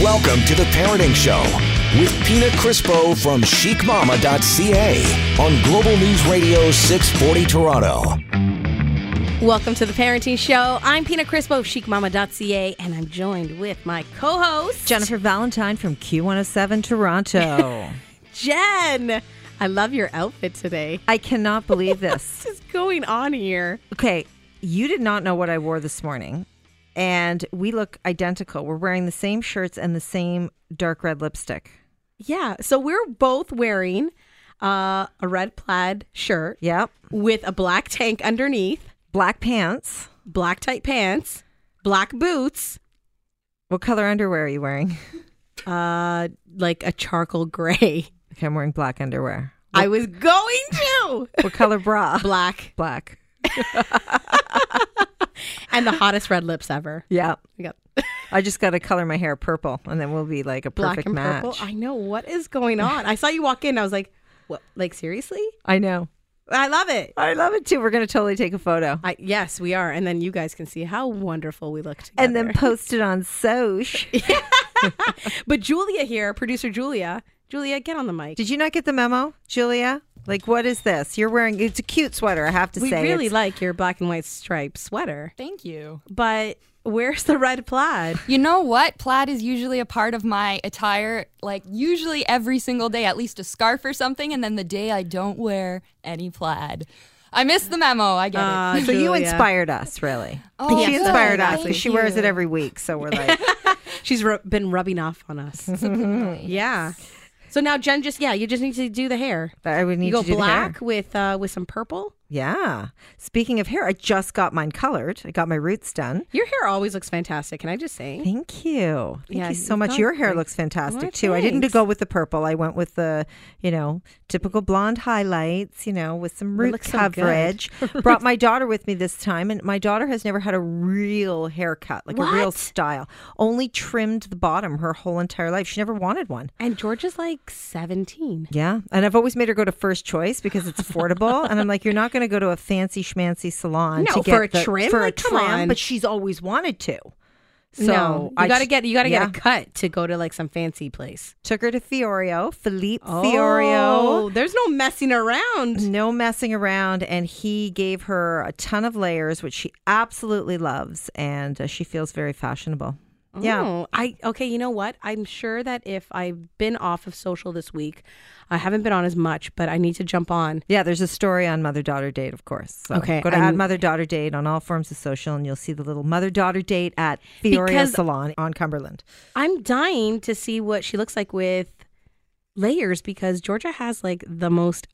Welcome to The Parenting Show with Pina Crispo from chicmama.ca on Global News Radio 640 Toronto. Welcome to the Parenting Show. I'm Pina Crispo of chicmama.ca, and I'm joined with my co host, Jennifer Valentine from Q107 Toronto. Jen. I love your outfit today. I cannot believe this. What is going on here? Okay, you did not know what I wore this morning, and we look identical. We're wearing the same shirts and the same dark red lipstick. Yeah, so we're both wearing uh, a red plaid shirt Yep. with a black tank underneath, Black pants. black tight pants, black boots, What color underwear are you wearing? uh, like a charcoal gray. Okay, I'm wearing black underwear. I was going to What color bra? black Black. and the hottest red lips ever. Yep. We got I just got to color my hair purple, and then we'll be like a black perfect and match. purple. I know what is going on. I saw you walk in. I was like, "What? Like seriously? I know. I love it." I love it too. We're going to totally take a photo. I, yes, we are, and then you guys can see how wonderful we look together. And then post it on Soch. but Julia here, producer Julia, Julia, get on the mic. Did you not get the memo, Julia? Like, what is this? You're wearing it's a cute sweater. I have to we say, really It's- like your black and white striped sweater, Thank you. but where's the red plaid? You know what? Plaid is usually a part of my attire, like usually every single day, at least a scarf or something, and then the day I don't wear any plaid. I missed the memo. I get it. so you inspired us, really. Oh, she good. inspired us Thank because she wears it you. every week. So we're like, She's ru- been rubbing off on us. yeah. So now Jen, just yeah, you just need to do the hair. I would need you go to do the hair. black with uh, with some purple. Yeah. Speaking of hair, I just got mine colored. I got my roots done. Your hair always looks fantastic. Can I just say? Thank you. Thank Yeah, you so you've much. got Your hair great- looks fantastic Well, too. I didn't thanks. go with the purple. I went with the, you know, typical blonde highlights, you know, with some root looks so good. coverage. Brought my daughter with me this time and my daughter has never had a real haircut, like a real What? style. Only trimmed the bottom her whole entire life. She never wanted one. And George is like 17. Yeah. And I've always made her go to first choice because it's affordable. and I'm like, you're not going to go to a fancy schmancy salon No, for to get a the- trim? For Like, a come trim, on. but she's always wanted to. So no, you I got to just- get you got to get yeah. a cut to go to like some fancy place. Took her to Fiorio, Philippe Oh. Fiorio. there's no messing around. No messing around. And he gave her a ton of layers, which she absolutely loves. And uh, she feels very fashionable. Yeah. Oh, I okay. You know what? I'm sure that if I've been off of social this week, I haven't been on as much, but I need to jump on. Yeah, there's a story on Mother Daughter Date, of course. So Okay, Go to I'm- at Mother Daughter Date on all forms of social, and you'll see the little Mother Daughter Date at Fiorio Because- Salon on Cumberland. I'm dying to see what she looks like with layers because Georgia has like the most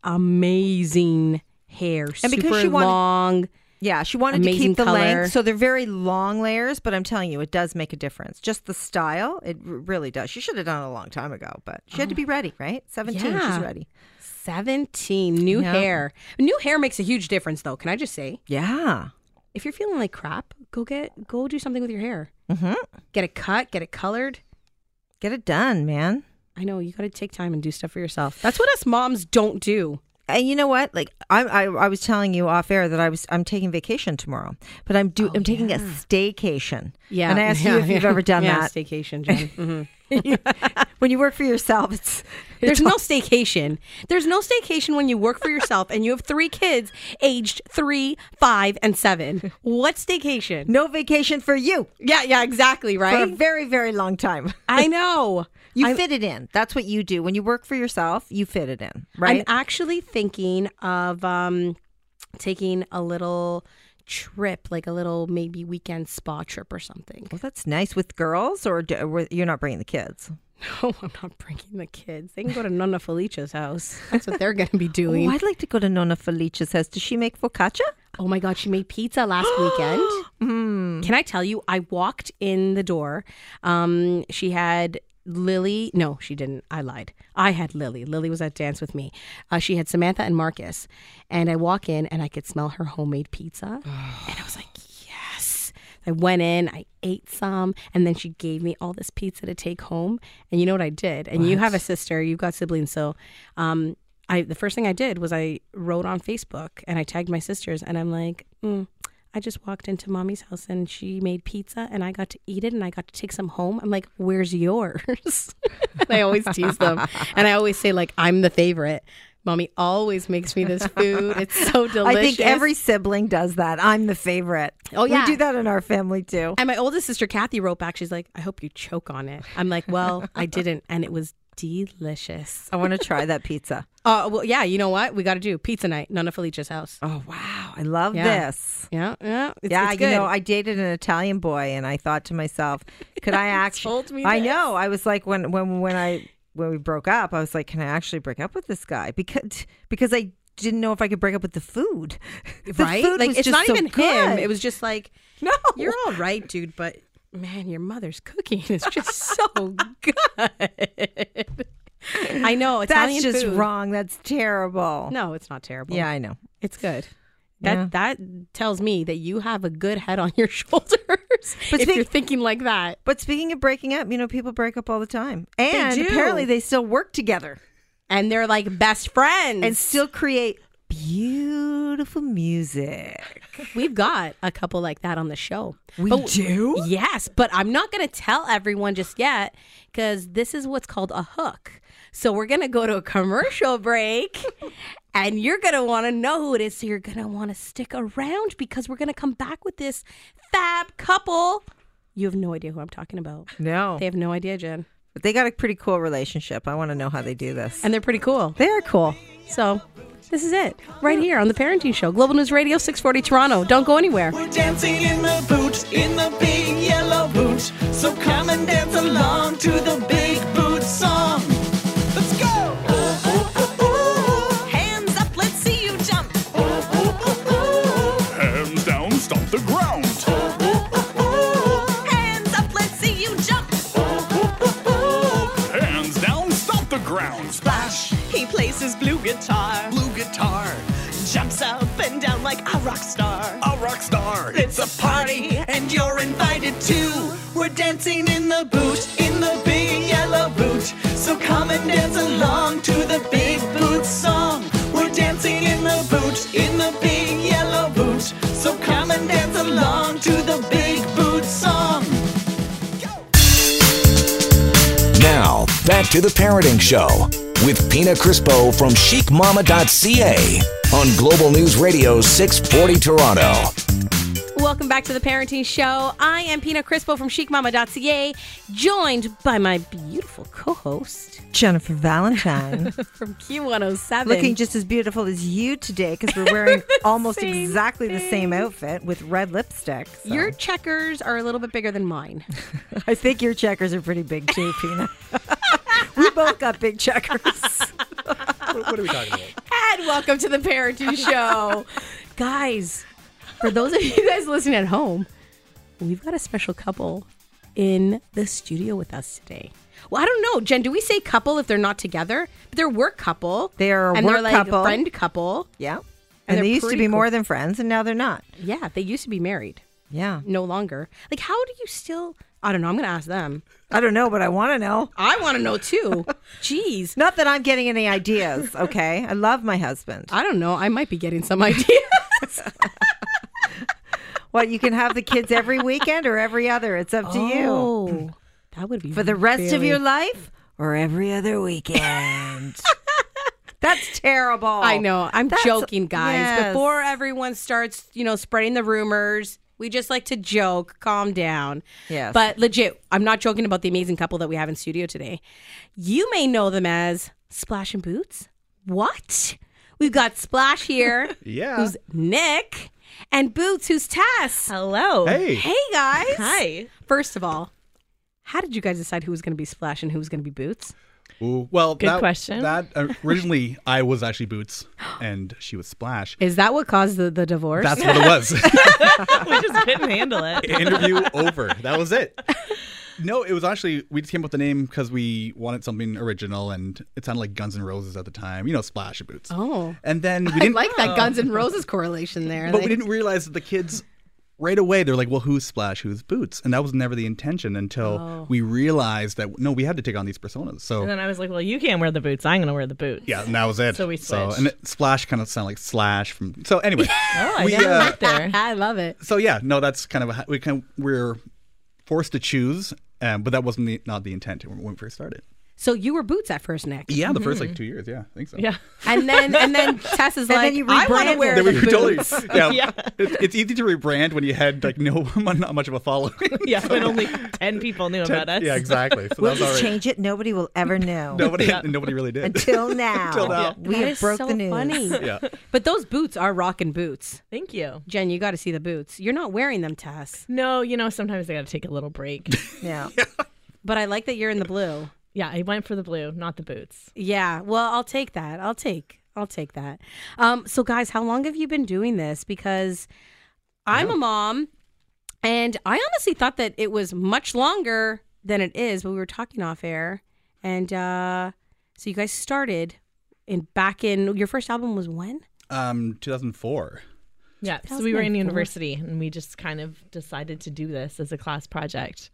amazing hair, And because super she wanted- long. Yeah, she wanted to Amazing keep the color. length. So they're very long layers, but I'm telling you, it does make a difference. Just the style, it r- really does. She should have done it a long time ago, but she had to be ready, right? 17, Yeah. she's ready. 17 new Yeah. hair new hair makes a huge difference though can i just say Yeah. if you're feeling like crap go get go do something with your hair Mm-hmm. get it cut get it colored Get it done, man. i know you gotta take time and do stuff for yourself that's what us moms don't do And you know what? Like I, I, I was telling you off air that I was I'm taking vacation tomorrow, but I'm do I'm taking a staycation. yeah and I asked yeah, you if you've yeah. ever done yeah, that. staycation Jen. Mhm. when you work for yourself, it's there's no staycation there's no staycation when you work for yourself and you have three kids aged three five and seven what staycation no vacation for you yeah yeah exactly for a right very very long time. i know You I'm- fit it in. That's what you do when you work for yourself. You fit it in, I'm right? actually thinking of um, taking a little trip, like a little maybe weekend spa trip or something. well, that's nice with girls, or do, or you're not bringing the kids. No, Oh, I'm not bringing the kids. They can go to Nonna Felicia's house. That's what they're going to be Oh, doing. I'd like to go to Nona Felicia's house. Does she make focaccia? Oh my God, she made pizza last weekend. Can I tell you? I walked in the door. Um, she had Lily. No, she didn't. I lied. I had Lily. Lily was at dance with me. Uh, she had Samantha and Marcus. And I walk in and I could smell her homemade pizza. and I was like, yes. I went in, I ate some, and then she gave me all this pizza to take home. And you know what I did? And you have a sister, you've got siblings, so um, I the first thing I did was I wrote on Facebook and I tagged my sisters, and I'm like, mm, I just walked into mommy's house and she made pizza and I got to eat it and I got to take some home. I'm like, where's yours? and I always tease them. And I always say, like, I'm the favorite. Mommy always makes me this food. It's so I delicious. think every sibling does that. I'm the favorite. Oh, yeah. we do that in our family too. And my oldest sister Kathy wrote back. She's like, I hope you choke on it. I'm like, well, I didn't, and it was delicious. I want to try that pizza. Uh, well, yeah, you know what? We got to do pizza night, Nonna Felicia's house. Oh wow, I love Yeah. this. Yeah, yeah, it's, yeah, it's you good. know, I dated an Italian boy, and I thought to myself, could I actually? told me I this. know. I was like, when when when I when we broke up, I was like, can I actually break up with this guy? Because because I didn't know if I could break up with the food. The right? food like was it's just not so even him. good. It was just like, no. you're all right, dude, but man, your mother's cooking is just so good. I know That's Italian just food. wrong. That's terrible. No, it's not terrible. Yeah, I know. it's good. That Yeah. that tells me that you have a good head on your shoulders. if speak- you're thinking like that. But speaking of breaking up, you know, people break up all the time, and do. apparently they still work together and they're like best friends. and still create beautiful music. we've got a couple like that on the show. We do. Yes, but I'm not going to tell everyone just yet because this is what's called a hook. So we're going to go to a commercial break and you're going to want to know who it is. So you're going to want to stick around because we're going to come back with this fab couple. You have no idea who I'm talking about. No, They have no idea, Jen. But they got a pretty cool relationship. I want to know how they do this. And they're pretty cool. they are cool. So this is it right here on The Parenting Show, Global News Radio 640 Toronto. Don't go anywhere. We're dancing in the boot, in the big yellow boot. So come and dance along to the big boot song. Let's go! Ooh, ooh, ooh, ooh. Hands up, let's see you jump. Ooh, ooh, ooh, ooh. Hands down, stomp the ground. Ooh, ooh, ooh. Hands up, let's see you jump. Ooh, ooh, ooh, ooh. Hands down, stomp the ground. Splash, he plays his blue guitar. Blue guitar. Jumps up and down like a rock star. A rock star. It's a party and you're invited too. We're dancing in the boot, in the big yellow boot. So come and dance along to the big boot song. We're dancing in the boot, in the big yellow boot. So come and dance along to the big boot song. Now, back to the parenting show with Pina Crispo from chicmama.ca on Global News Radio 640 Toronto. Welcome back to the Parenting Show. I am Pina Crispo from chicmama.ca, joined by my beautiful co host Jennifer Valentine, from Q107. looking just as beautiful as you today because we're wearing almost exactly the same outfit with red lipstick. so. Your checkers are a little bit bigger than mine. I think your checkers are pretty big too, Pina. we both got big checkers. and welcome to the Parenting Show. guys, for those of you guys listening at home, we've got a special couple in the studio with us today. Well, I don't know, Jen, do we say couple if they're not together? But they're work couple. They are a and they're work like couple. friend couple. Yeah. And, they're they used to pretty be cool. more than friends, and now they're not. Yeah, they used to be married. Yeah. no longer. Like, how do you still? I don't know. I'm going to ask them. I don't know, but I want to know. I want to know too. Jeez. Not that I'm getting any ideas, okay? I love my husband. I don't know. I might be getting some idea. What, you can have the kids every weekend or every other? It's up to you. Oh, that would be For the rest of very- your life or every other weekend? That's terrible. I know. I'm That's- joking, guys. Yes. Before everyone starts, you know, spreading the rumors, we just like to joke. Calm down. Yes. But legit, I'm not joking about the amazing couple that we have in studio today. You may know them as Splash and Boots. What? We've got Splash here. Yeah. Who's Nick? And Boots, who's Tess? Hello. Hey. Hey guys. Hi. First of all, how did you guys decide who was going to be Splash and who was going to be Boots? Ooh, well, Good that, question. That uh, originally I was actually Boots, and she was Splash. Is that what caused the, the divorce? That's what it was. we just couldn't handle it. Interview over. That was it. No, it was actually we just came up with the name because we wanted something original, and it sounded like Guns N' Roses at the time. You know, Splash and Boots. Oh. And then we I didn't like that Guns and Roses correlation there. but we Like- didn't realize that the kids right away they're like, well, who's Splash, who's Boots? And that was never the intention until we realized that no, we had to take on these personas. So Oh. And then I was like, well, you can't wear the boots. I'm going to wear the boots. yeah, and that was it. So we switched. and it, Splash kind of sounded like Slash from. So anyway, Oh, I we, never uh, went there. I love it. so yeah, no, that's kind of a, we kind of, we're forced to choose, um, but that wasn't the, not the intent when we first started. So you were boots at first, Nick. Yeah, the first like two years. Yeah, I think so. Mm-hmm. Yeah. And then and then Tess is like, then you I want to rebranded. wear Then the we were boots. totally, yeah, Yeah. It's, it's easy to rebrand when you had like no not much of a following. Yeah. And only 10 people knew about us. yeah, exactly. So We'll that was all just right. change it. Nobody will ever know. Nobody, nobody really did. Till now. Till now. We That have is broke so the news. funny. Yeah. But those boots are rockin' boots. Thank you. Jen, you got to see the boots. You're not wearing them, Tess. No, you know, sometimes I got to take a little break. Yeah. But I like that you're in the blue. yeah, I went for the blue, not the boots. Yeah. Well, I'll take that. I'll take. I'll take that. Um, so, guys, how long have you been doing this? Because I'm a mom, and I honestly thought that it was much longer than it is. But we were talking off air, and uh, so you guys started in back in your first album was when? Um, 2004. Yeah. So we were in 2004. university and we just kind of decided to do this as a class project.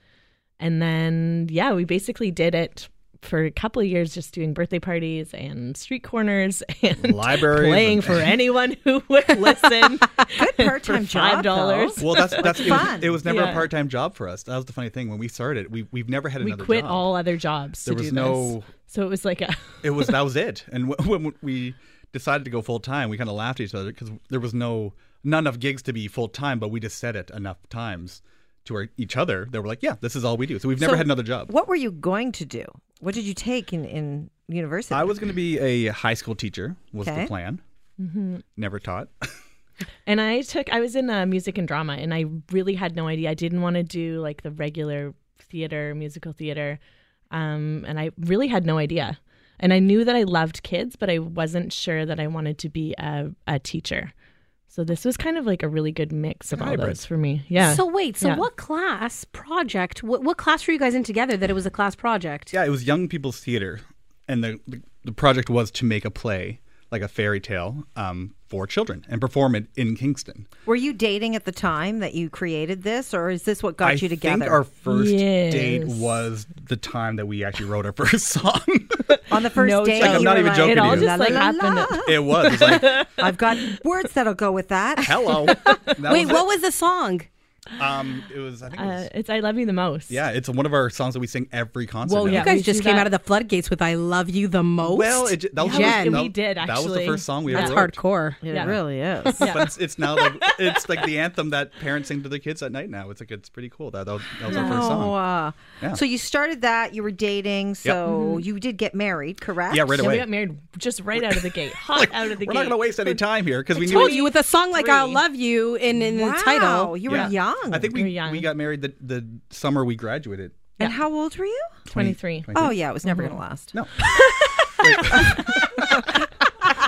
And then, yeah, we basically did it for a couple of years just doing birthday parties and street corners and Libraries playing and- for anyone who would listen. Good part-time job, though. $5. Well, that's that's it was, fun. it was never Yeah. a part time job for us. That was the funny thing when we started. We we've never had we another. quit job. all other jobs There to was do this. no- So it was like a It was that was it. And wh- when we decided to go full time, we kind of laughed at each other because there was no not enough gigs to be full time, but we just said it enough times to our, each other that we're like, yeah, this is all we do. So we've never So had another job. What were you going to do? What did you take in, in university? I was going to be a high school teacher was Okay. Mm-hmm. the plan. Never taught. and I took I was in uh, music and drama and I really had no idea. I didn't want to do like the regular theater, musical theater. Um and I really had no idea. And I knew that I loved kids, but I wasn't sure that I wanted to be a, a teacher. So this was kind of like a really good mix of all those for me. Yeah. So wait, so Yeah. what class project? What, what class were you guys in together that it was a class project? Yeah, it was young people's theater, and the the, the project was to make a play like a fairy tale um, for children and perform it in Kingston. were you dating at the time that you created this, or is this what got I you together? think our first date Yes. was the time that we actually wrote our first song. On the first No date, joke. Like, I'm you not were even like, joking it all to just like la, la, la, happened. it was. It was like, I've got words that'll go with that. hello. That Wait, was what was the song? it. Um, it was. I think. It was, Uh, it's I love you the most. yeah, it's one of our songs that we sing every concert. Well, now. yeah. You guys we just do came that. out of the floodgates with "I love you the most." Well, it, j- that was the Yeah, first- we that- did, That was the actually. first song we that's ever wrote. hardcore. It Yeah. really is. But it's, it's now like it's like the anthem that parents sing to their kids at night. Now it's like it's pretty cool. That that was, that was our first song. Oh, uh, Yeah. So you started that. You were dating. So you did get married, correct? yeah, right And away. we got married just right out of the gate. Hot out of the We're gate. not gonna waste any time here because we knew Told you with a song like "I love you" in, in the Wow, title. you were Yeah. young. I think we We were young. we got married the the summer we graduated. And how old were you? 23. Oh yeah, it was never gonna last. Mm-hmm. No.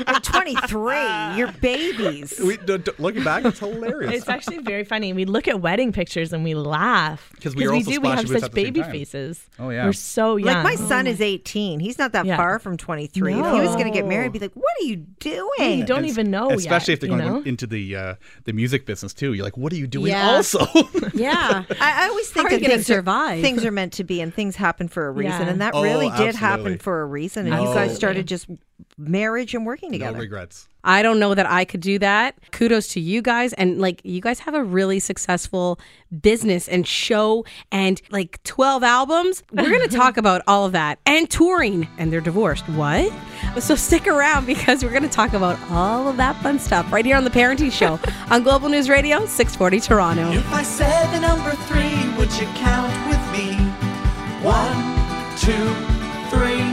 At 23, you're babies. We, d- d- looking back, it's hilarious. It's actually very funny. We look at wedding pictures and we laugh 'Cause we are also do. We splashy have boots such at the same baby time. faces. Oh, yeah. we're so young. Like my son is 18. He's not that Yeah. far from 23. If he was gonna get married, No. I'd be like, "What are you doing?" you don't even know yet, Especially if they're you going know? into the uh, the music business too. You're like, what are you doing? Yeah. Also, Yeah, I, I always think How are that you gonna things are- survive? things are meant to be, and things happen for a reason, Yeah. and that Oh, really did absolutely. happen for a reason. And you guys Absolutely. started just marriage and working no together. regrets. I don't know that I could do that. Kudos to you guys, and like you guys have a really successful business and show, and like twelve albums. We're gonna talk about all of that and touring, and they're divorced. What? So stick around because we're gonna talk about all of that fun stuff right here on the Parenting Show on Global News Radio, six forty Toronto. If I said the number three, would you count with me? One, two, three.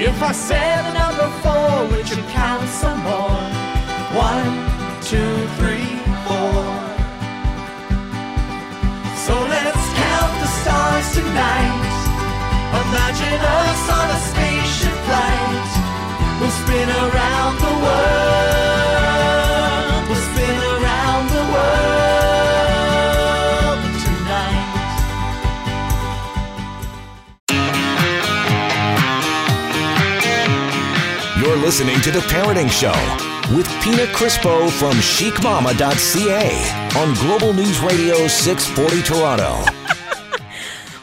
If I said the number four, would you count some more? One, two, three, four. So let's count the stars tonight. Imagine us on a spaceship flight. We'll spin around the world. We'll spin around the world tonight. You're listening to The Parenting Show with Pina Crispo from chicmama.ca on Global News Radio 640 Toronto.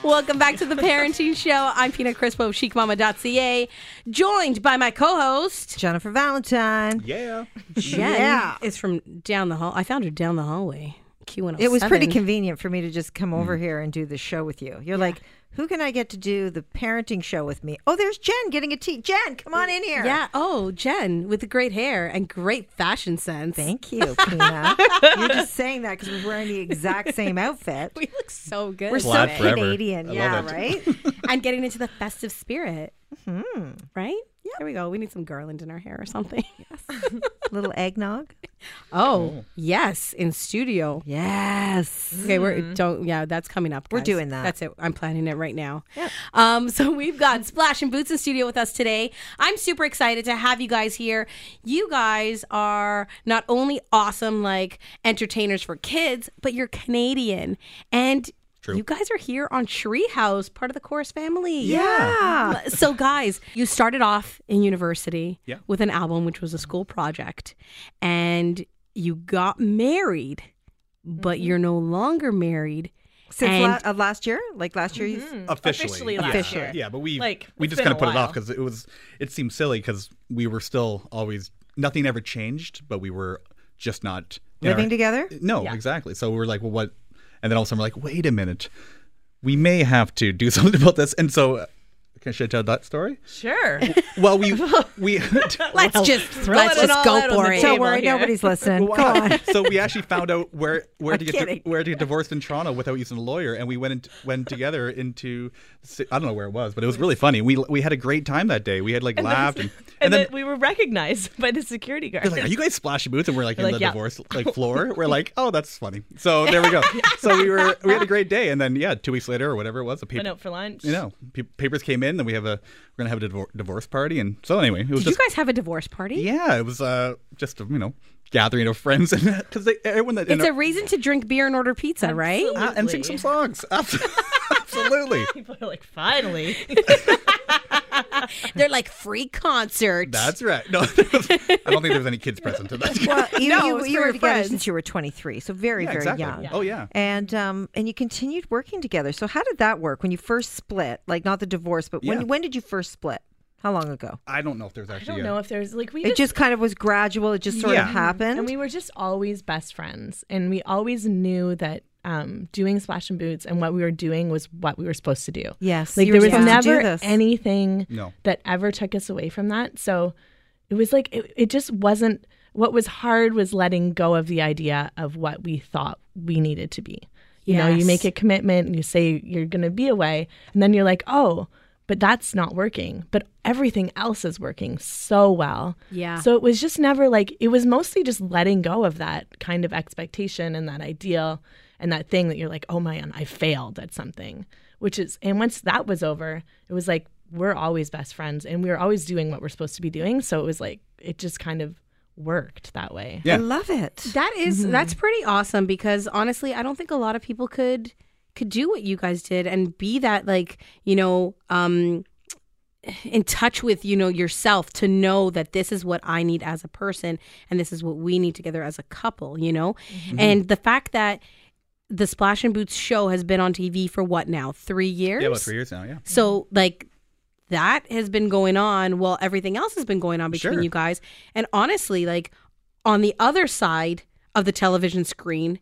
Welcome back to the Parenting Show. I'm Pina Crispo of chicmama.ca, joined by my co-host Jennifer Valentine. Yeah. Jen. Yeah. Is from down the hall. I found her down the hallway. Q107. It was pretty convenient for me to just come Mm. over here and do the show with you. You're like, who can I get to do the parenting show with me? Oh, there's Jen getting a tea. Jen, come on in here. Yeah. Oh, Jen with the great hair and great fashion sense. Thank you, Pina. You're just saying that because we're wearing the exact same outfit. We look so good. We're so Plaid forever. Canadian. I love yeah, it. right? and getting into the festive spirit. Mm-hmm. Right? Yeah. There we go. We need some garland in our hair or something. Little eggnog. Oh, yes, in studio. Yes. Okay, we're don't yeah, that's coming up. Mm-hmm. We're guys. doing that. That's it. I'm planning it right now. Um, so we've got Splash and Boots in studio with us today. I'm super excited to have you guys here. You guys are not only awesome like entertainers for kids, but you're Canadian and You guys are here on Shree House, part of the Chorus family. Yeah. So, guys, you started off in university Yeah. with an album, which was a school project, and you got married, but you're no longer married. Since And- la- uh, last year, like last year, you Mm-hmm. Officially. Mm. Officially yeah. last Officially. year. Yeah, but we Like, we it's just kind been a of put it off while. because it was it seemed silly because we were still always nothing ever changed, but we were just not in living our- together. No, exactly. So we were like, well, what? And then all of a sudden we're like, wait a minute, we may have to do something about this. And so, uh, can should I tell that story? Sure. Well, we we Let's just throw let's just go for Don't it. Table worry, here. nobody's listening. Well, Go on. So we actually found out where where to I'm get kidding. where to get divorced in Toronto without using a lawyer, and we went in, went together into si- I don't know where it was, but it was really funny. We we had a great time that day. We had like laughed and, and and then then. we were recognized by the security guard. they're like, are you guys splashy boots? And we're like in Like, the yeah. divorce like floor. We're like, oh, that's funny. So there we go. So we were we had a great day, and then yeah, two weeks later or whatever it was, a paper, Went out for lunch. you know, pa- papers came in. Then we have a we're gonna have a divor- divorce party, and so anyway, it was Did you just guys have a divorce party? yeah, it was uh just you know gathering of friends and because everyone that in It's our- a reason to drink beer and order pizza, right? Ah, and sing some songs. Absolutely. People are like, finally. They're like free concert. That's right. No, I don't think there was any kids present to that. Well, you, No, it you, was you for were your together friends. since you were 23, so very, Yeah, very exactly. young. Oh, yeah. And um, and you continued working together. So how did that work when you first split? Like not the divorce, but when Yeah. when did you first split? How long ago? I don't know if there's I actually. don't a- know if there's like we It just kind of was gradual. It just sort Yeah. of happened. and we were just always best friends, and we always knew that um, doing Splash and Boots and what we were doing was what we were supposed to do. Yes, like you there were was supposed to do never this. anything No. that ever took us away from that. So it was like it, it just wasn't. What was hard was letting go of the idea of what we thought we needed to be. You know, Yes. you make a commitment and you say you're going to be away, and then you're like, oh, but that's not working. But everything else is working so well. Yeah. So it was just never like, it was mostly just letting go of that kind of expectation and that ideal and that thing that you're like, oh man, I failed at something. Which is, and once that was over, it was like, we're always best friends and we were always doing what we're supposed to be doing. So it was like, it just kind of worked that way. Yeah. I love it. That is- that's pretty awesome because honestly, I don't think a lot of people could could do what you guys did and be that like, you know, um in touch with, you know, yourself to know that this is what I need as a person and this is what we need together as a couple, you know? And the fact that the Splash and Boots show has been on TV for what now? 3 years? Yeah, about three years now. Yeah. So like that has been going on while everything else has been going on between Sure. you guys. And honestly, like on the other side of the television screen,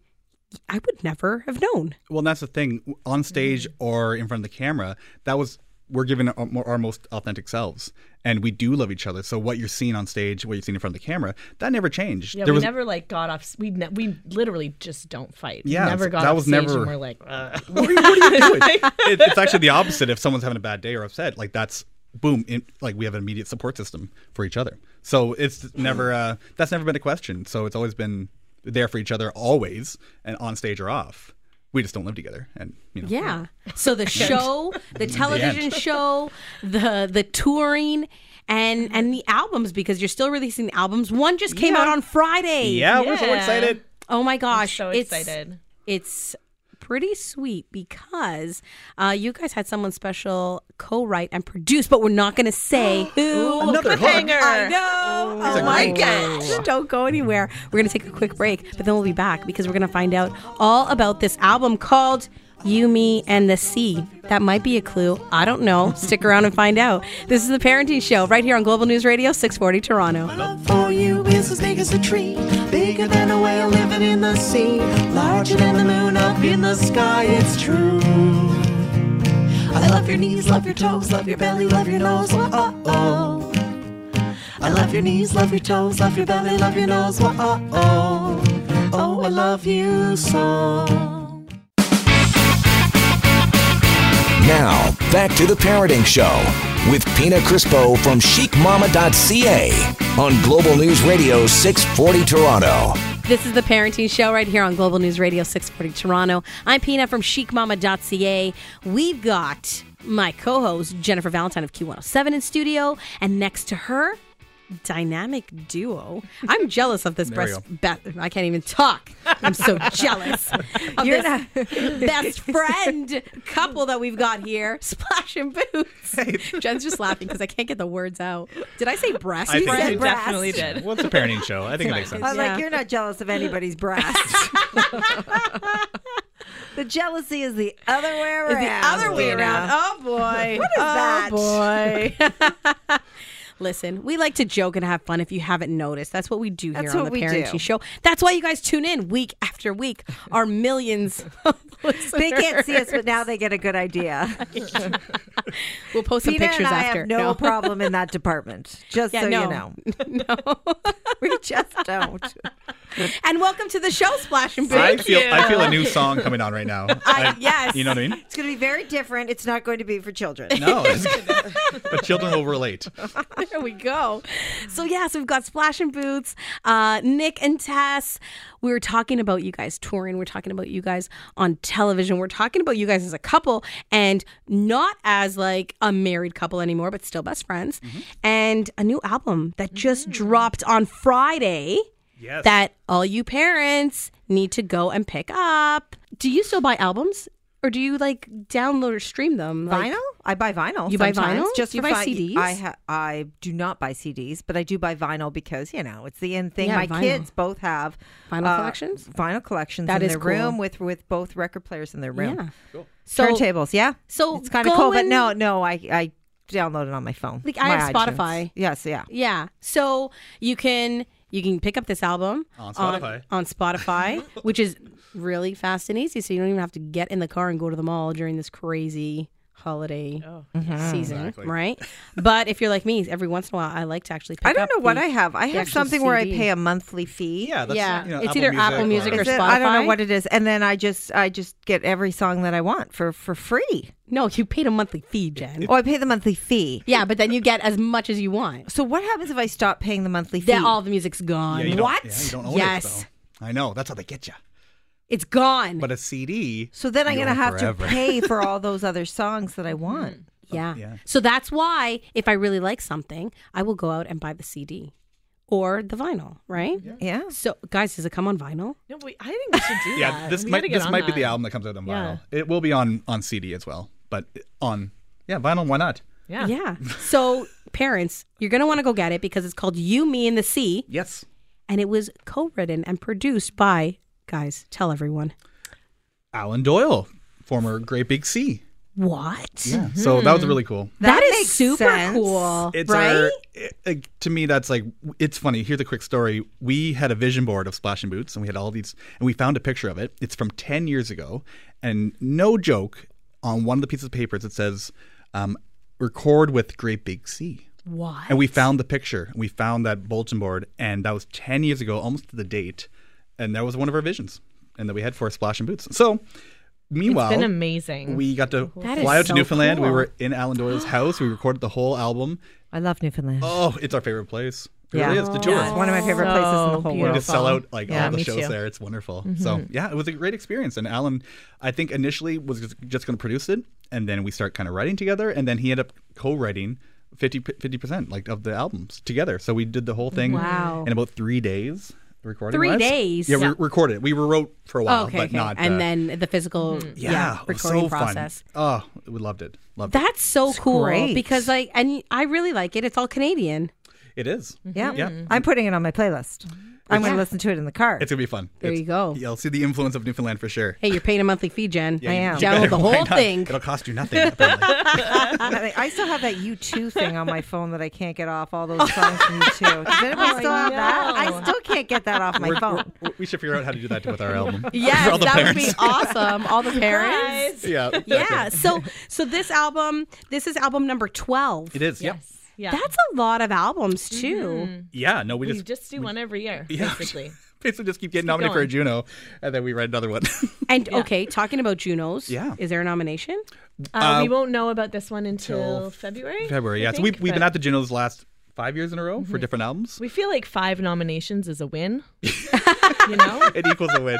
I would never have known. Well, and that's the thing. On stage or in front of the camera, that was we're giving our, more- our most authentic selves, and we do love each other. So what you're seeing on stage, what you're seeing in front of the camera, that never changed. Yeah, there we was never like got off. We ne- we literally just don't fight. Yeah, we never it's- got that off was stage never- and we're like, "Ugh." what are you, what are you doing? it, it's actually the opposite. If someone's having a bad day or upset, like that's boom, in, like we have an immediate support system for each other. So it's never uh, that's never been a question. So it's always been there for each other, always, and on stage or off. We just don't live together, and you know. Yeah. So the show, the television show, the the touring and and the albums because you're still releasing albums. One just came out on Friday. Yeah, we're so Yeah. excited. Oh my gosh. so It's- excited. It's pretty sweet because uh, you guys had someone special co-write and produce, but we're not going to say who. Another hook. I know. Oh, my gosh. Don't go anywhere. We're going to take a quick break, but then we'll be back because we're going to find out all about this album called You, Me, and the Sea. That might be a clue. I don't know. Stick around and find out. This is The Parenting Show right here on Global News Radio, 640 Toronto. love for you is as big as a tree, bigger than a whale living in the sea, larger than the moon up in the sky. It's true. I love your knees, love your toes, love your belly, love your nose. Whoa, oh, oh. I love your knees, love your toes, love your belly, love your nose. Whoa, oh, oh. Oh, I love you so. Now, back to the Parenting Show with Pina Crispo from chicmama.ca on Global News Radio 640 Toronto. This is the Parenting Show right here on Global News Radio 640 Toronto. I'm Pina from chicmama.ca. We've got my co host, Jennifer Valentine of Q107 in studio, and next to her, dynamic duo. I'm jealous of this There best, be- I can't even talk. I'm so jealous of You're this best friend couple that we've got here, Splash and Boots. Jen's just laughing because I can't get the words out. Did I say breast? I think friend? you breast. definitely did. What's a parenting show? I think it makes sense. I was Yeah. like, you're not jealous of anybody's breasts. the jealousy is the other way around. the other way Dana. around. Oh boy. what is that? Oh boy. Listen, we like to joke and have fun if you haven't noticed. That's what we do here That's on the what we Parenting do. Show. That's why you guys tune in week after week. Our millions of They can't see us, listeners. but now they get a good idea. We'll post some Pina pictures and I after. have no, problem in that department. Just Yeah, so no. you know, no. we just don't. and welcome to the show, Splash and Boots. I feel I feel a new song coming on right now. I- yes. You know what I mean? It's going to be very different. It's not going to be for children. No, it's- but children will relate. There we go. So yes, we've got Splash and Boots, uh, Nick and Tess. We were talking about you guys touring. We're talking about you guys on television. We're talking about you guys as a couple and not as like a married couple anymore, but still best friends. And a new album that just dropped on Friday. Yes. That all you parents need to go and pick up. Do you still buy albums? Or do you like download or stream them? Like- Vinyl? I buy vinyl. You buy sometimes, vinyl? Just You for buy fun. CDs? I ha- I do not buy CDs, but I do buy vinyl because you know it's the end thing. Yeah, My vinyl. kids both have uh, Vinyl collections? Vinyl collections That in is their cool. room with with both record players in their room. Yeah. So- Turntables, yeah. so it's kind of go cool, but and- no, no, I I download it on my phone. Like, I My have iTunes. Spotify. Yes, yeah. Yeah. So you can you can pick up this album On Spotify. on, Spotify, which is really fast and easy. So you don't even have to get in the car and go to the mall during this crazy holiday Oh. season, Mm-hmm. right? but if you're like me, every once in a while, I like to actually. pick I don't up know what the- I have. I the have actual something where I CD. pay a monthly fee. Yeah, that's Yeah. you know, It's either Apple Music or Is it- I don't know Spotify? what it is, and then I just I just get every song that I want for for free. No, you paid a monthly fee, Jen. Oh, I pay the monthly fee. yeah, but then you get as much as you want. So what happens if I stop paying the monthly fee? Then all the music's gone. Yeah, you don't, what? yeah, you don't own yes, it, though. I know. That's how they get you. it's gone. But a CD. So then I'm you going to own have forever. to pay for all those other songs that I want. Yeah. Oh, yeah. So that's why if I really like something, I will go out and buy the CD or the vinyl, right? Yeah. So guys, does it come on vinyl? No, we, I think we should do Yeah, that. this We might gotta get this on might be that. the album that comes out on Yeah. vinyl. It will be on on CD as well, but on yeah vinyl. Why not? Yeah. Yeah. so parents, you're going to want to go get it because it's called You, Me, and the Sea Yes. and it was co-written and produced by guys, tell everyone. Alan Doyle, former Great Big Sea. What? Yeah. So that Mm-hmm. was really cool. that is makes super sense. cool. It's Right? our, it- like, to me, that's like, it's funny. Here's a quick story. We had a vision board of Splash and Boots, and we had all these, and we found a picture of it. It's from 10 years ago. And no joke, on one of the pieces of papers, it says, um, record with Great Big Sea. What? And we found the picture. We found that bulletin board, and that was 10 years ago, almost to the date. And that was one of our visions, and that we had for Splash and Boots. So, meanwhile, Been amazing. we got to That is fly out to so Newfoundland. We cool. were in Alan Doyle's house. We recorded the whole album. I love Newfoundland. Oh, it's our favorite place. It Yeah. really is the tour. It's one of my favorite So places in the whole We world. just sell out like Yeah, all the me shows too. there. It's wonderful. Mm-hmm. So yeah, it was a great experience. And Alan, I think initially was just- just going to produce it, and then we start kind of writing together, and then he ended up co-writing 50 percent like of the albums together. So we did the whole thing Wow. in about three days. recording Three wise? days. Yeah, Yeah. Oh, we recorded it. We wrote for a while, okay, but okay. not. and uh, then the physical Mm-hmm. yeah, it was recording so fun. process. Oh, we loved it. Loved That's so cool great. because like and I really like it. It's all Canadian. it. It is. Mm-hmm. Yeah. Yeah. I'm putting it on my playlist. I'm going to listen to it in the car. It's gonna be fun. There It's- you go. You'll see the influence of Newfoundland for sure. Hey, you're paying a monthly fee, Jen. Yeah, you- am. Download you better- the why whole not? thing. It'll cost you nothing. apparently. I, mean, I still have that U2 thing on my phone that I can't get off all those songs from U2. Does anybody still have that? I still can't get that off my phone. we should figure out how to do that with our album. Yes, For all the that would be parents. awesome. All the parents. Yeah. Yeah. So so this album, this is album number twelve. It is. Yep. Yeah. That's a lot of albums too. Yeah. No, we we just just do one every year, basically. basically just keep getting nominated for a going. Juno, and then we write another one. And okay, talking about Junos. Yeah. Is there a nomination? Uh, we won't know about this one until Um, till February. February. I Yeah. so we, think, we've been but at the Junos last five years in a row for different albums. We feel like five nominations is a win. you know, it equals a win.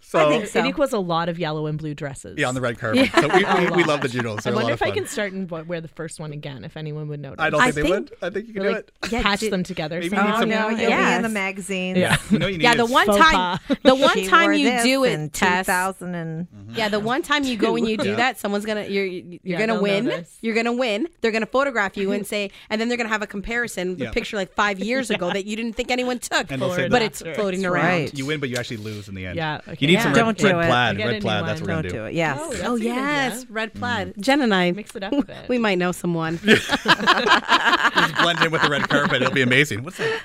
So, it equals a lot of yellow and blue dresses. yeah, on the red carpet. So we, we, we love the Junos. I They're a wonder lot of if I fun. can start and wa- wear the first one again. If anyone would notice, I don't I think they think- would. I think you can Or, do like it. patch did- them together. Maybe somehow. you need Oh, some. no, you'll be Yes. in the magazines. yeah. You know you need Yeah, the is one faux time pas. the one She time wore you this do in it, Tess. 2000 and Mm-hmm. Yeah, the one time you go and you do that, someone's gonna you're you're gonna they'll win. notice. You're gonna win. They're gonna photograph you and say, and then they're gonna have a comparison, the Yeah. picture like five years ago that you didn't think anyone took, And they'll say but that. it's floating around. right. You win, but you actually lose in the end. Yeah, okay. You need Yeah. some red, Don't do red it. plaid. Forget a Red new plaid. That's what one. we're don't gonna do it. Yes. Oh, that's a Oh good yes, idea. red plaid. Mm. Jen and I, mix it up a bit. we might know someone. Just blend in with the red carpet. It'll be amazing. What's that?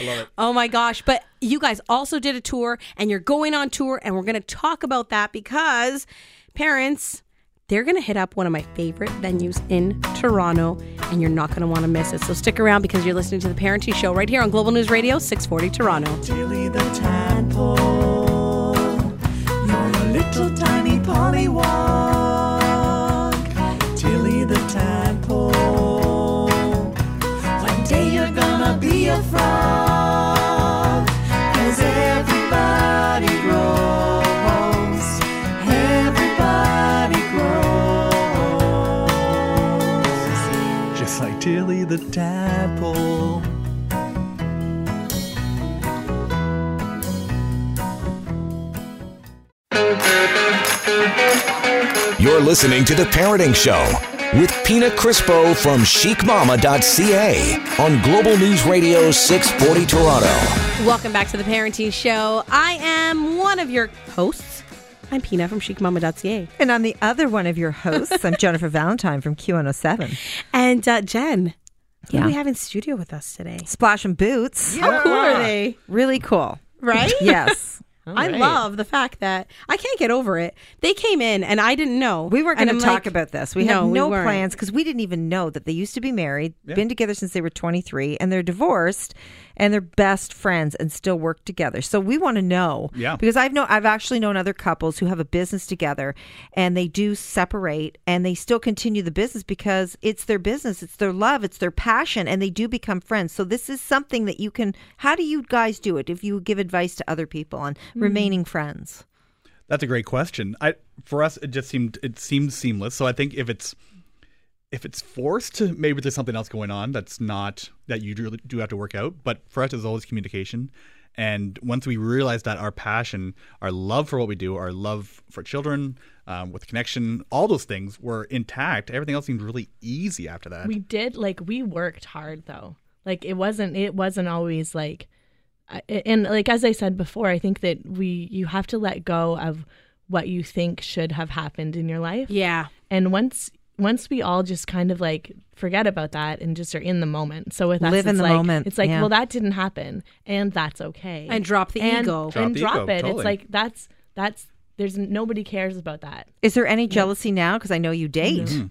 I love it. Oh my gosh. But you guys also did a tour and you're going on tour and we're going to talk about that because parents, they're going to hit up one of my favorite venues in Toronto and you're not going to want to miss it. So stick around because you're listening to the Parenting Show right here on Global News Radio 640 Toronto. Billy the tadpole. You're a little tiny pollywog. Tilly the tadpole. One day you're gonna be a frog. Cause everybody grows. Everybody grows. Just like Tilly the tadpole. You're listening to The Parenting Show with Pina Crispo from chicmama.ca on Global News Radio 640 Toronto. Welcome back to the Parenting Show. I am one of your hosts. I'm Pina from chicmama.ca. And on the other one of your hosts, I'm Jennifer Valentine from Q107. And uh, Jen, who Yeah. do we have in studio with us today? Splash and Boots. How cool are they? Really cool. Right? Yes. I right. love the fact that I can't get over it. They came in and I didn't know. We weren't And going to I'm talk like, about this. We no, had we no weren't. plans because we didn't even know that they used to be married, been together since they were 23, and they're divorced, and they're best friends and still work together. So we want to know, Yeah. because I've know I've actually known other couples who have a business together, and they do separate, and they still continue the business because it's their business, it's their love, it's their passion, and they do become friends. So this is something that you can. How do you guys do it? If you give advice to other people on Hmm. remaining friends, That's a great question. I for us it just seemed it seemed seamless. So I think if it's if it's forced, maybe there's something else going on that's not that you really do have to work out. But for us, it's always communication. And once we realized that our passion, our love for what we do, our love for children, um, with connection, all those things were intact. Everything else seemed really easy after that. we did like we worked hard though like it wasn't it wasn't always like I- and like as i said before i think that we you have to let go of what you think should have happened in your life Yeah. and once once we all just kind of like forget about that and just are in the moment so with us Live in it's the like- moment, it's like yeah. well that didn't happen and that's okay And drop the and, ego. Drop and the drop ego, it totally. it's like that's that's there's nobody cares about that is there any jealousy now? Because I know you date. Mm-hmm.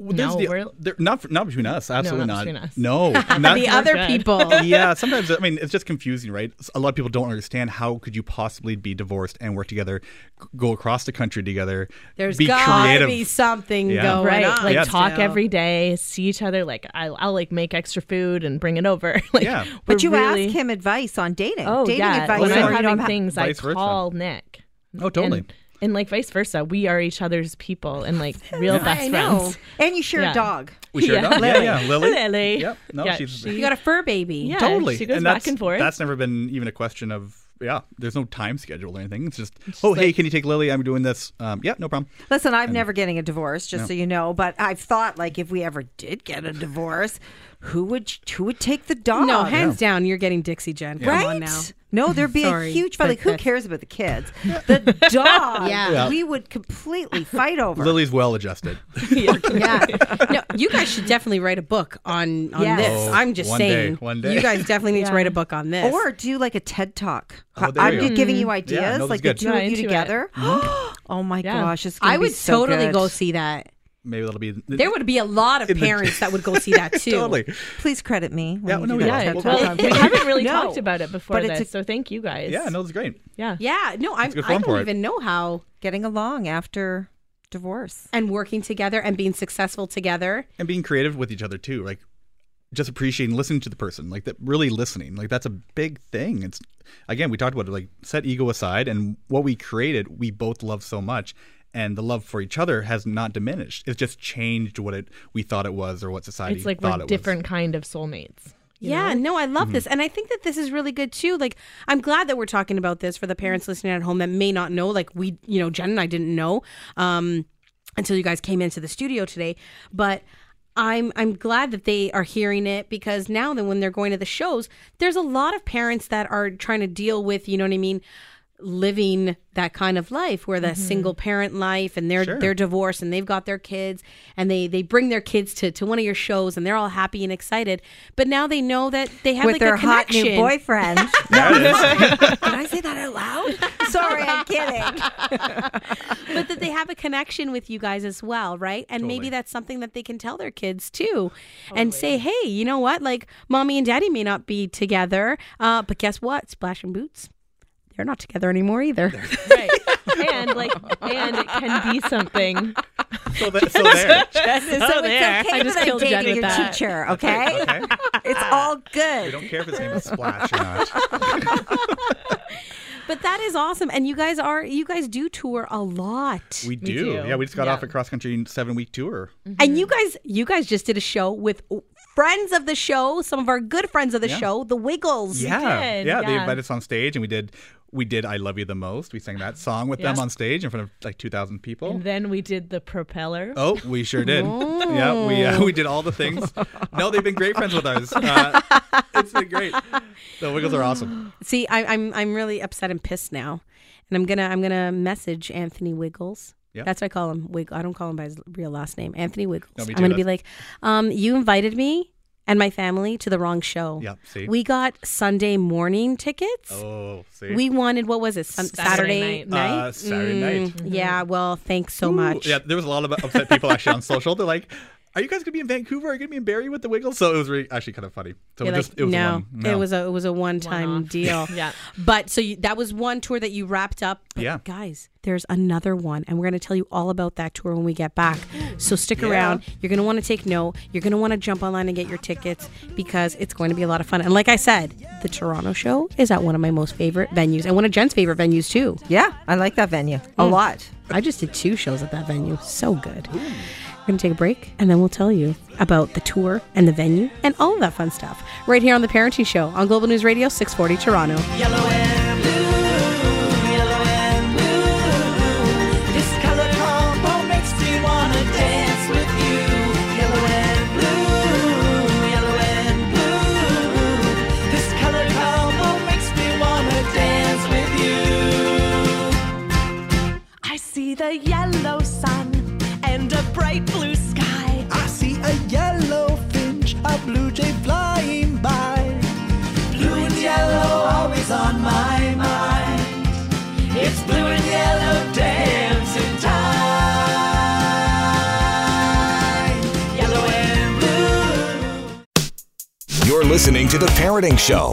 Well, there's No, the- we're- there- not for- not between us. Absolutely not. not between us. No, not, The other good. people. yeah, sometimes I mean it's just confusing, right? A lot of people don't understand how could you possibly be divorced and work together, g- go across the country together, There's be gotta creative. be something Yeah. Oh, going right on. like Yeah. talk still. every day see each other like I, i'll like make extra food and bring it over like Yeah. we're But you really, ask him advice on dating. oh dating yeah advice. when Well, so i'm yeah. you don't having have- things i Vice versa. call nick Oh, totally. and and like vice versa. We are each other's people and like real best friends. And you share Yeah. a dog. We shared yeah. Yeah. yeah, yeah, Lily. Lily. Yep. No, Yeah, she's she- You got a fur baby. Yeah, totally. She goes and back that's- and forth. That's never been even a question of. Yeah, there's no time schedule or anything. It's just, oh, hey, can you take Lily? I'm doing this. Um, yeah, no problem. Listen, I'm never getting a divorce, just so you know. But I've thought, like, if we ever did get a divorce, who would who would take the dog? No, hands down, you're getting Dixie Jen. Come right? on now. No, there'd be a Sorry, huge fight. but Like, who that's- cares about the kids? The dog, Yeah. Yeah. we would completely fight over. Lily's well adjusted. Yeah. No, you guys should definitely write a book on on Yes. this. Oh, I'm just one day, saying. one day. You guys definitely need to write a book on this. or do like a TED talk. Oh, there I'm you go. just giving you ideas, no, that's like good. the Mm-hmm. two of Not you into it. together. oh my Yeah. gosh, it's gonna I be would so totally good. go see that. Maybe that'll be. There would be a lot of In the- parents that would go see that too. Totally. Please credit me. Yeah, When no, you do yeah, that yeah, TED well, talk. well, we haven't really No. talked about it before But it's this, a- so thank you guys. Yeah, no, it's great. yeah, Yeah. No, I'm, good I form for don't it. even know how. getting along after divorce. And working together and being successful together. And being creative with each other too, like just appreciating listening to the person, like that really listening, like that's a big thing. It's again, we talked about it, like set ego aside, and what we created, we both love so much, and the love for each other has not diminished. It's just changed what it we thought it was or what society it's like thought we're it different kind of soulmates. you yeah, know? Mm-hmm. no, I love this. And I think that this is really good too. Like, I'm glad that we're talking about this for the parents listening at home that may not know. Like, we, you know, Jen and I didn't know um, until you guys came into the studio today. But I'm I'm glad that they are hearing it because now then when they're going to the shows, there's a lot of parents that are trying to deal with, you know what I mean, living that kind of life where Mm-hmm. the single parent life and they're they're divorced and they've got their kids and they they bring their kids to to one of your shows and they're all happy and excited but now they know that they have with like their a hot connection new boyfriend. There it is. Did I say that out loud? Sorry, I'm kidding. but that they have a connection with you guys as well right and maybe Totally. that's something that they can tell their kids too and say hey you know what like mommy and daddy may not be together uh, but guess what splash and boots they're not together anymore e-" either right. and like, and it can be something. so, that, so there. so it's okay I just that killed I Jen dated with your that. teacher, okay? Okay. It's all We good. don't care if his name is Splash or not. but that is awesome and you guys are you guys do tour a lot We do. do. Yeah, we just got Yeah. off a cross country seven week tour. And you guys, you guys just did a show with friends of the show, some of our good friends of the Yeah. show, the Wiggles. Yeah, did, yeah, They yeah. invited us on stage, and we did. We did "I Love You the Most." We sang that song with them Yeah. on stage in front of like two thousand people. And then we did the propeller. Oh, we sure did. Yeah, we uh, we did all the things. No, they've been great friends with us. Uh, it's been great. The Wiggles are awesome. See, I, I'm I'm really upset and pissed now, and I'm gonna I'm gonna message Anthony Wiggles. Yeah. That's what I call him. Wig. I don't call him by his real last name, Anthony Wiggles. No, me I'm too, gonna be that's- like, um, you invited me and my family to the wrong show. Yeah, see? we got Sunday morning tickets. Oh, see, We wanted what was it? Sun- Saturday, Saturday night. night. Uh, Saturday night. Yeah. Well, thanks so much. Yeah, there was a lot of upset people actually on social. They're like. Are you guys gonna be in Vancouver? Are you gonna be in Barrie with the Wiggles? So it was really actually kind of funny. So You're it just like, it was no, one- it was a it was a one time One-off. deal. Yeah. But so you, that was one tour that you wrapped up. But Yeah. guys, there's another one, and we're gonna tell you all about that tour when we get back. So stick around. You're gonna want to take note. You're gonna want to jump online and get your tickets because it's going to be a lot of fun. And like I said, the Toronto show is at one of my most favorite venues and one of Jen's favorite venues too. Yeah, I like that venue a lot. I just did two shows at that venue. So good. We're going to take a break and then we'll tell you about the tour and the venue and all of that fun stuff right here on The Parenting Show on Global News Radio 640 Toronto. Yellow and blue, yellow and blue. This color combo makes me wanna dance with you. Yellow and blue, yellow and blue. This color combo makes me wanna dance with you. I see the yellow sun and a bright blue sky. I see a yellow finch, a blue jay flying by. Blue and yellow always on my mind. It's blue and yellow dancing time. Yellow and blue. You're listening to The Parenting Show.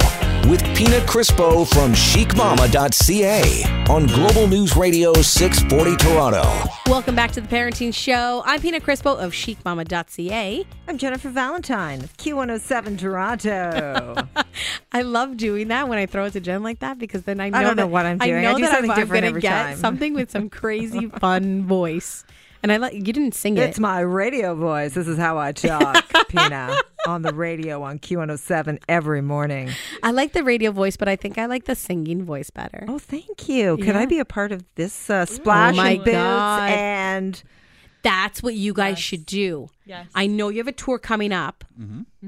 with Pina Crispo from chicmama.ca on Global News Radio 640 Toronto. Welcome back to the Parenting Show. I'm Pina Crispo of chicmama.ca. I'm Jennifer Valentine, of Q107 Toronto. I love doing that when I throw it to Jen like that because then I know don't know that- what I'm doing. I know I do that something I'm, different I'm gonna every get time. something with some crazy fun voice. And I let you didn't sing it's it. my radio voice. This is how I talk, Pina, on the radio on Q107 every morning. I like the radio voice, but I think I like the singing voice better. Oh, thank you. Could I Yeah. Mm. Oh be a part of this uh, splash my and boots God. and That's what you guys should do. Yes. I know you have a tour coming up.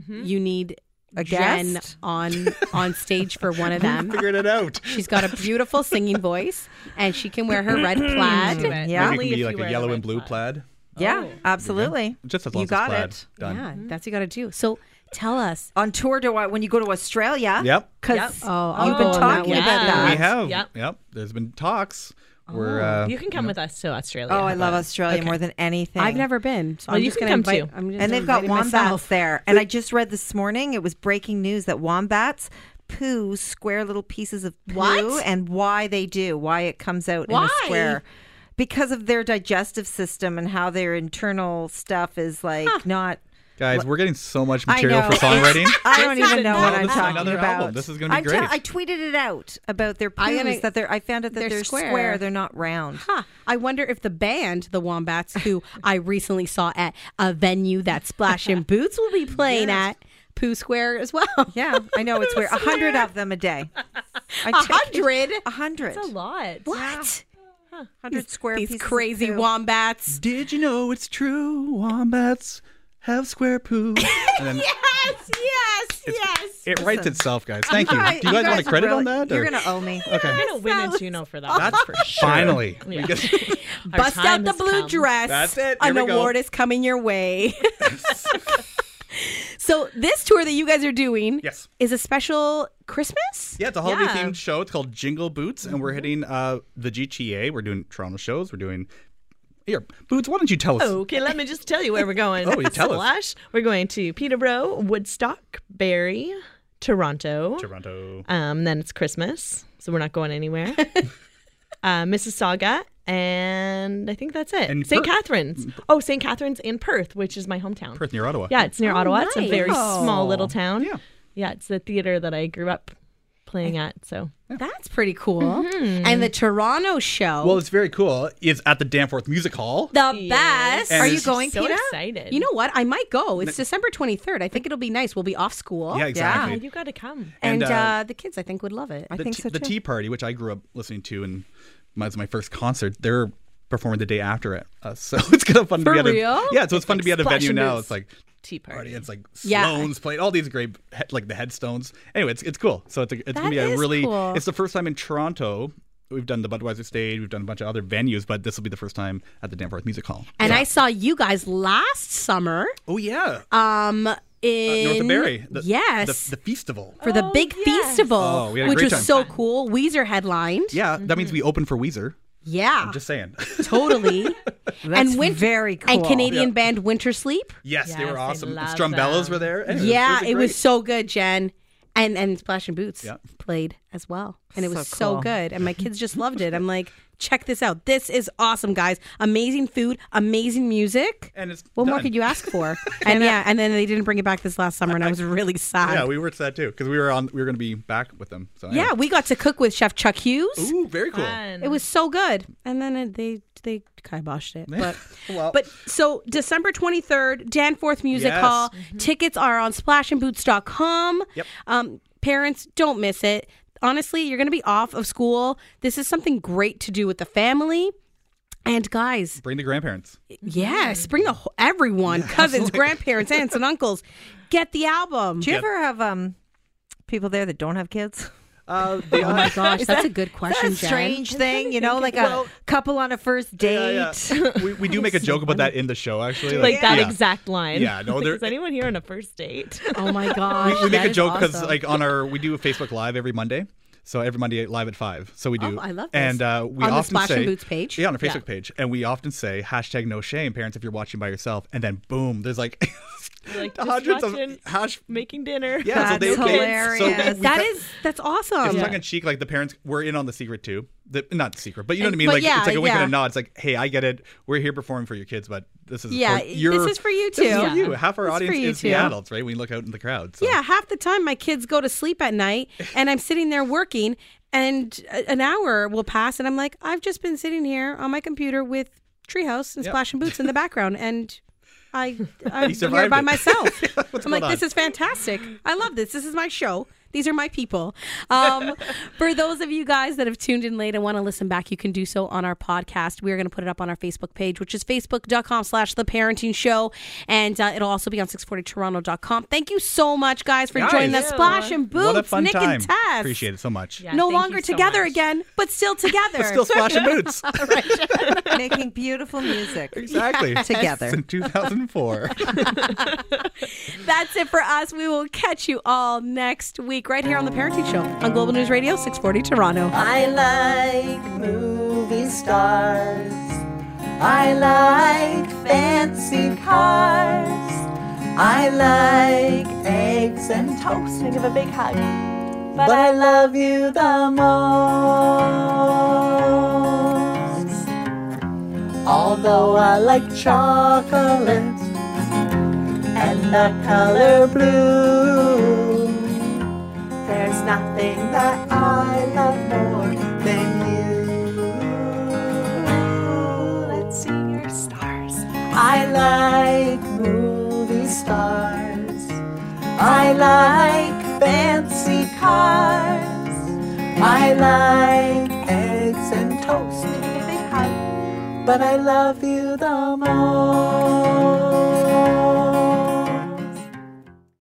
You need Mm-hmm. A Jen guest? on on stage for one of them. Figured it out. She's got a beautiful singing voice, and she can wear her red plaid. But Yeah. Maybe only it can if be you like wear a the yellow red and blue plaid. plaid. Oh. Yeah, absolutely. Just as long you as got it's it. plaid. Done. Yeah, that's what you got to do. So tell us. On tour, do I, when you go to Australia? Yep. Because Oh, I'll you've been go on that talking one. about Yeah. that. We have. Yep. Yep. There's been talks. We're uh, You can come with us to Australia. Oh, I love but- Australia more than anything. I've never been, so Well, I'm you just can going to come invite. too. I'm just and they've got inviting wombats myself. there. And I just read this morning it was breaking news that wombats poo square little pieces of poo What? and why they do, why it comes out in Why? a square. Because of their digestive system and how their internal stuff is like not guys. We're getting so much I material know. for songwriting. I don't even know what No, I'm this is talking another about. album. This is gonna be I'm great. I tweeted it out about their I'm poos gonna- that they're. I found out that they're, they're square. square. They're not round. Huh. I wonder if the band, the Wombats, who I recently saw at a venue that Splash and Boots will be playing at Pooh Square as well. Yeah, I know it's weird. A hundred of them a day. A hundred? A hundred. That's a lot. What? Hundred square These pieces of crazy poo. wombats. Did you know it's true? Wombats have square poo. And then Yes, yes, yes. It writes itself, guys. Thank you. Right, Do you guys want a credit really- on that? You're or- gonna owe me. Okay. We're gonna win a Juno for that. That's for sure. Finally. We Yeah. get- Our Bust time out the has blue come. dress. That's it. Here An we go. award is coming your way. so this tour that you guys are doing Yes. is a special Christmas? Yeah, it's a holiday Yeah. themed show. It's called Jingle Boots, and we're hitting uh, the GTA. We're doing Toronto shows. We're doing here, Boots. Why don't you tell us? Oh, Okay, let me just tell you where we're going. Oh, you tell us. Splash. We're going to Peterborough, Woodstock, Barrie, Toronto. Toronto. Um, then it's Christmas, so we're not going anywhere. uh, Mississauga, and I think that's it. And St. Perth. Catharines. Oh, St. Catharines in Perth, which is my hometown. Perth near Ottawa. Oh, Yeah, it's near Ottawa. It's a very Oh, nice. small little town. Yeah. Yeah, it's the theater that I grew up playing at. So That's pretty cool. Mm-hmm. And the Toronto show. Well, it's very cool. It's at the Danforth Music Hall. the best. And Are you it's- going, so Peter? excited. You know what? I might go. It's December 23rd. I think it'll be nice. We'll be off school. yeah, Oh, exactly. you got to come. And, And, uh, uh, the kids, I think, would love it. I the, think t- so the too. Tea Party, which I grew up listening to, and was my first concert. They're performing the day after it, uh, so it's kind of fun For to be at. real? A, yeah, so it's fun to be at a Splash venue and now. Boots. It's like Tea party. party. It's like Yeah. Sloan's played all these great he- like the headstones. Anyway, it's it's cool. So it's a, it's gonna That be a is really. cool. It's the first time in Toronto. We've done the Budweiser stage. We've done a bunch of other venues, but this will be the first time at the Danforth Music Hall. and I saw you guys last summer Oh yeah, um, in Uh, North of Barrie. The, yes. the, the festival. for the Oh, big yes. festival, Oh, we had a which great was time. so cool. Weezer headlined. yeah, that means we open for Weezer. Yeah, I'm just saying. totally. That's Win- very cool. And Canadian band Winter Sleep. yes, they Yes, were I awesome. The love Strumbellas them. were there. Anyway, Yeah, a it was great- so good, Jen. And and Splash and Boots Yeah. played as well. And it So was so cool. good. And my kids just loved it. I'm like, check this out. This is awesome, guys. Amazing food, amazing music. And it's what more done. could you ask for? and yeah, and then they didn't bring it back this last summer and I was really sad. Yeah, we were sad too because we were on. We were going to be back with them. So Yeah, we got to cook with Chef Chuck Hughes. anyway. Ooh, very cool. Fun. It was so good, and then it, they they kiboshed it. But Well. but so December twenty third, Danforth Music Yes. Mm-hmm. Hall. Tickets are on SplashandBoots.com. Yep. Um, parents, don't miss it. Honestly, you're going to be off of school. This is something great to do with the family. And guys, Bring the grandparents. yes, bring the whole, everyone, cousins, grandparents, aunts, and uncles. Get the album. Do you ever have um people there that don't have kids? Uh, Oh my gosh, that's a good question, Jen. Strange thing, you know, like a couple on a first date. Yeah, yeah. We, we do make a joke about that in the show, actually. like that yeah. exact line. Yeah, no, Like, there- is anyone here on a first date? Oh my gosh, We make that a is joke because, awesome. like, on our we do a Facebook Live every Monday. So every Monday live at five. So we do. Oh, I love this. And uh, we On the often Splash say and Boots page? Yeah, on our Facebook page, and we often say hashtag No Shame, parents, if you're watching by yourself. And then boom, there's like You're like The just hundreds of watching, hash- making dinner. Yeah, so they, That's they- So hilarious. we- we That cut- is that's awesome. It's tongue in cheek, like the parents were in on the secret too. The, not secret, but you know And- what I mean. but Like yeah, it's like a wink yeah. and a nod. It's like, hey, I get it. We're here performing for your kids, but this is Yeah, for your, this is for you This is too. for you. Half our This is for audience you is too. the adults, right? We look out in the crowd. So. Yeah, half the time my kids go to sleep at night and I'm sitting there working and a- an hour will pass and I'm like, I've just been sitting here on my computer with Treehouse and Yep. Splash and Boots in the background and I, I'm here survived by it. myself. What's I'm like, going this on? is fantastic. I love this. This is my show. These are my people. Um, for those of you guys that have tuned in late and want to listen back, you can do so on our podcast. We are going to put it up on our Facebook page, which is facebook.com slash the parenting show. And uh, it'll also be on 640toronto.com. Thank you so much, guys, for Guys. joining us. Yeah. Splash and Boots, What a fun Nick time. and Tess. Appreciate it so much. Yeah, No thank you longer so together much. again, but still together. Still splashing boots. making beautiful music. exactly. Together. Since 2004. That's it for us. We will catch you all next week right here on The Parenting Show on Global News Radio 640 Toronto. I like movie stars. I like fancy cars. I like eggs and toast. Can I give a big hug? But, I love you the most. Although I like chocolate and the color blue. There's nothing that I love more than you. Let's see your stars. I like movie stars. I like fancy cars. I like eggs and toast. But I love you the most.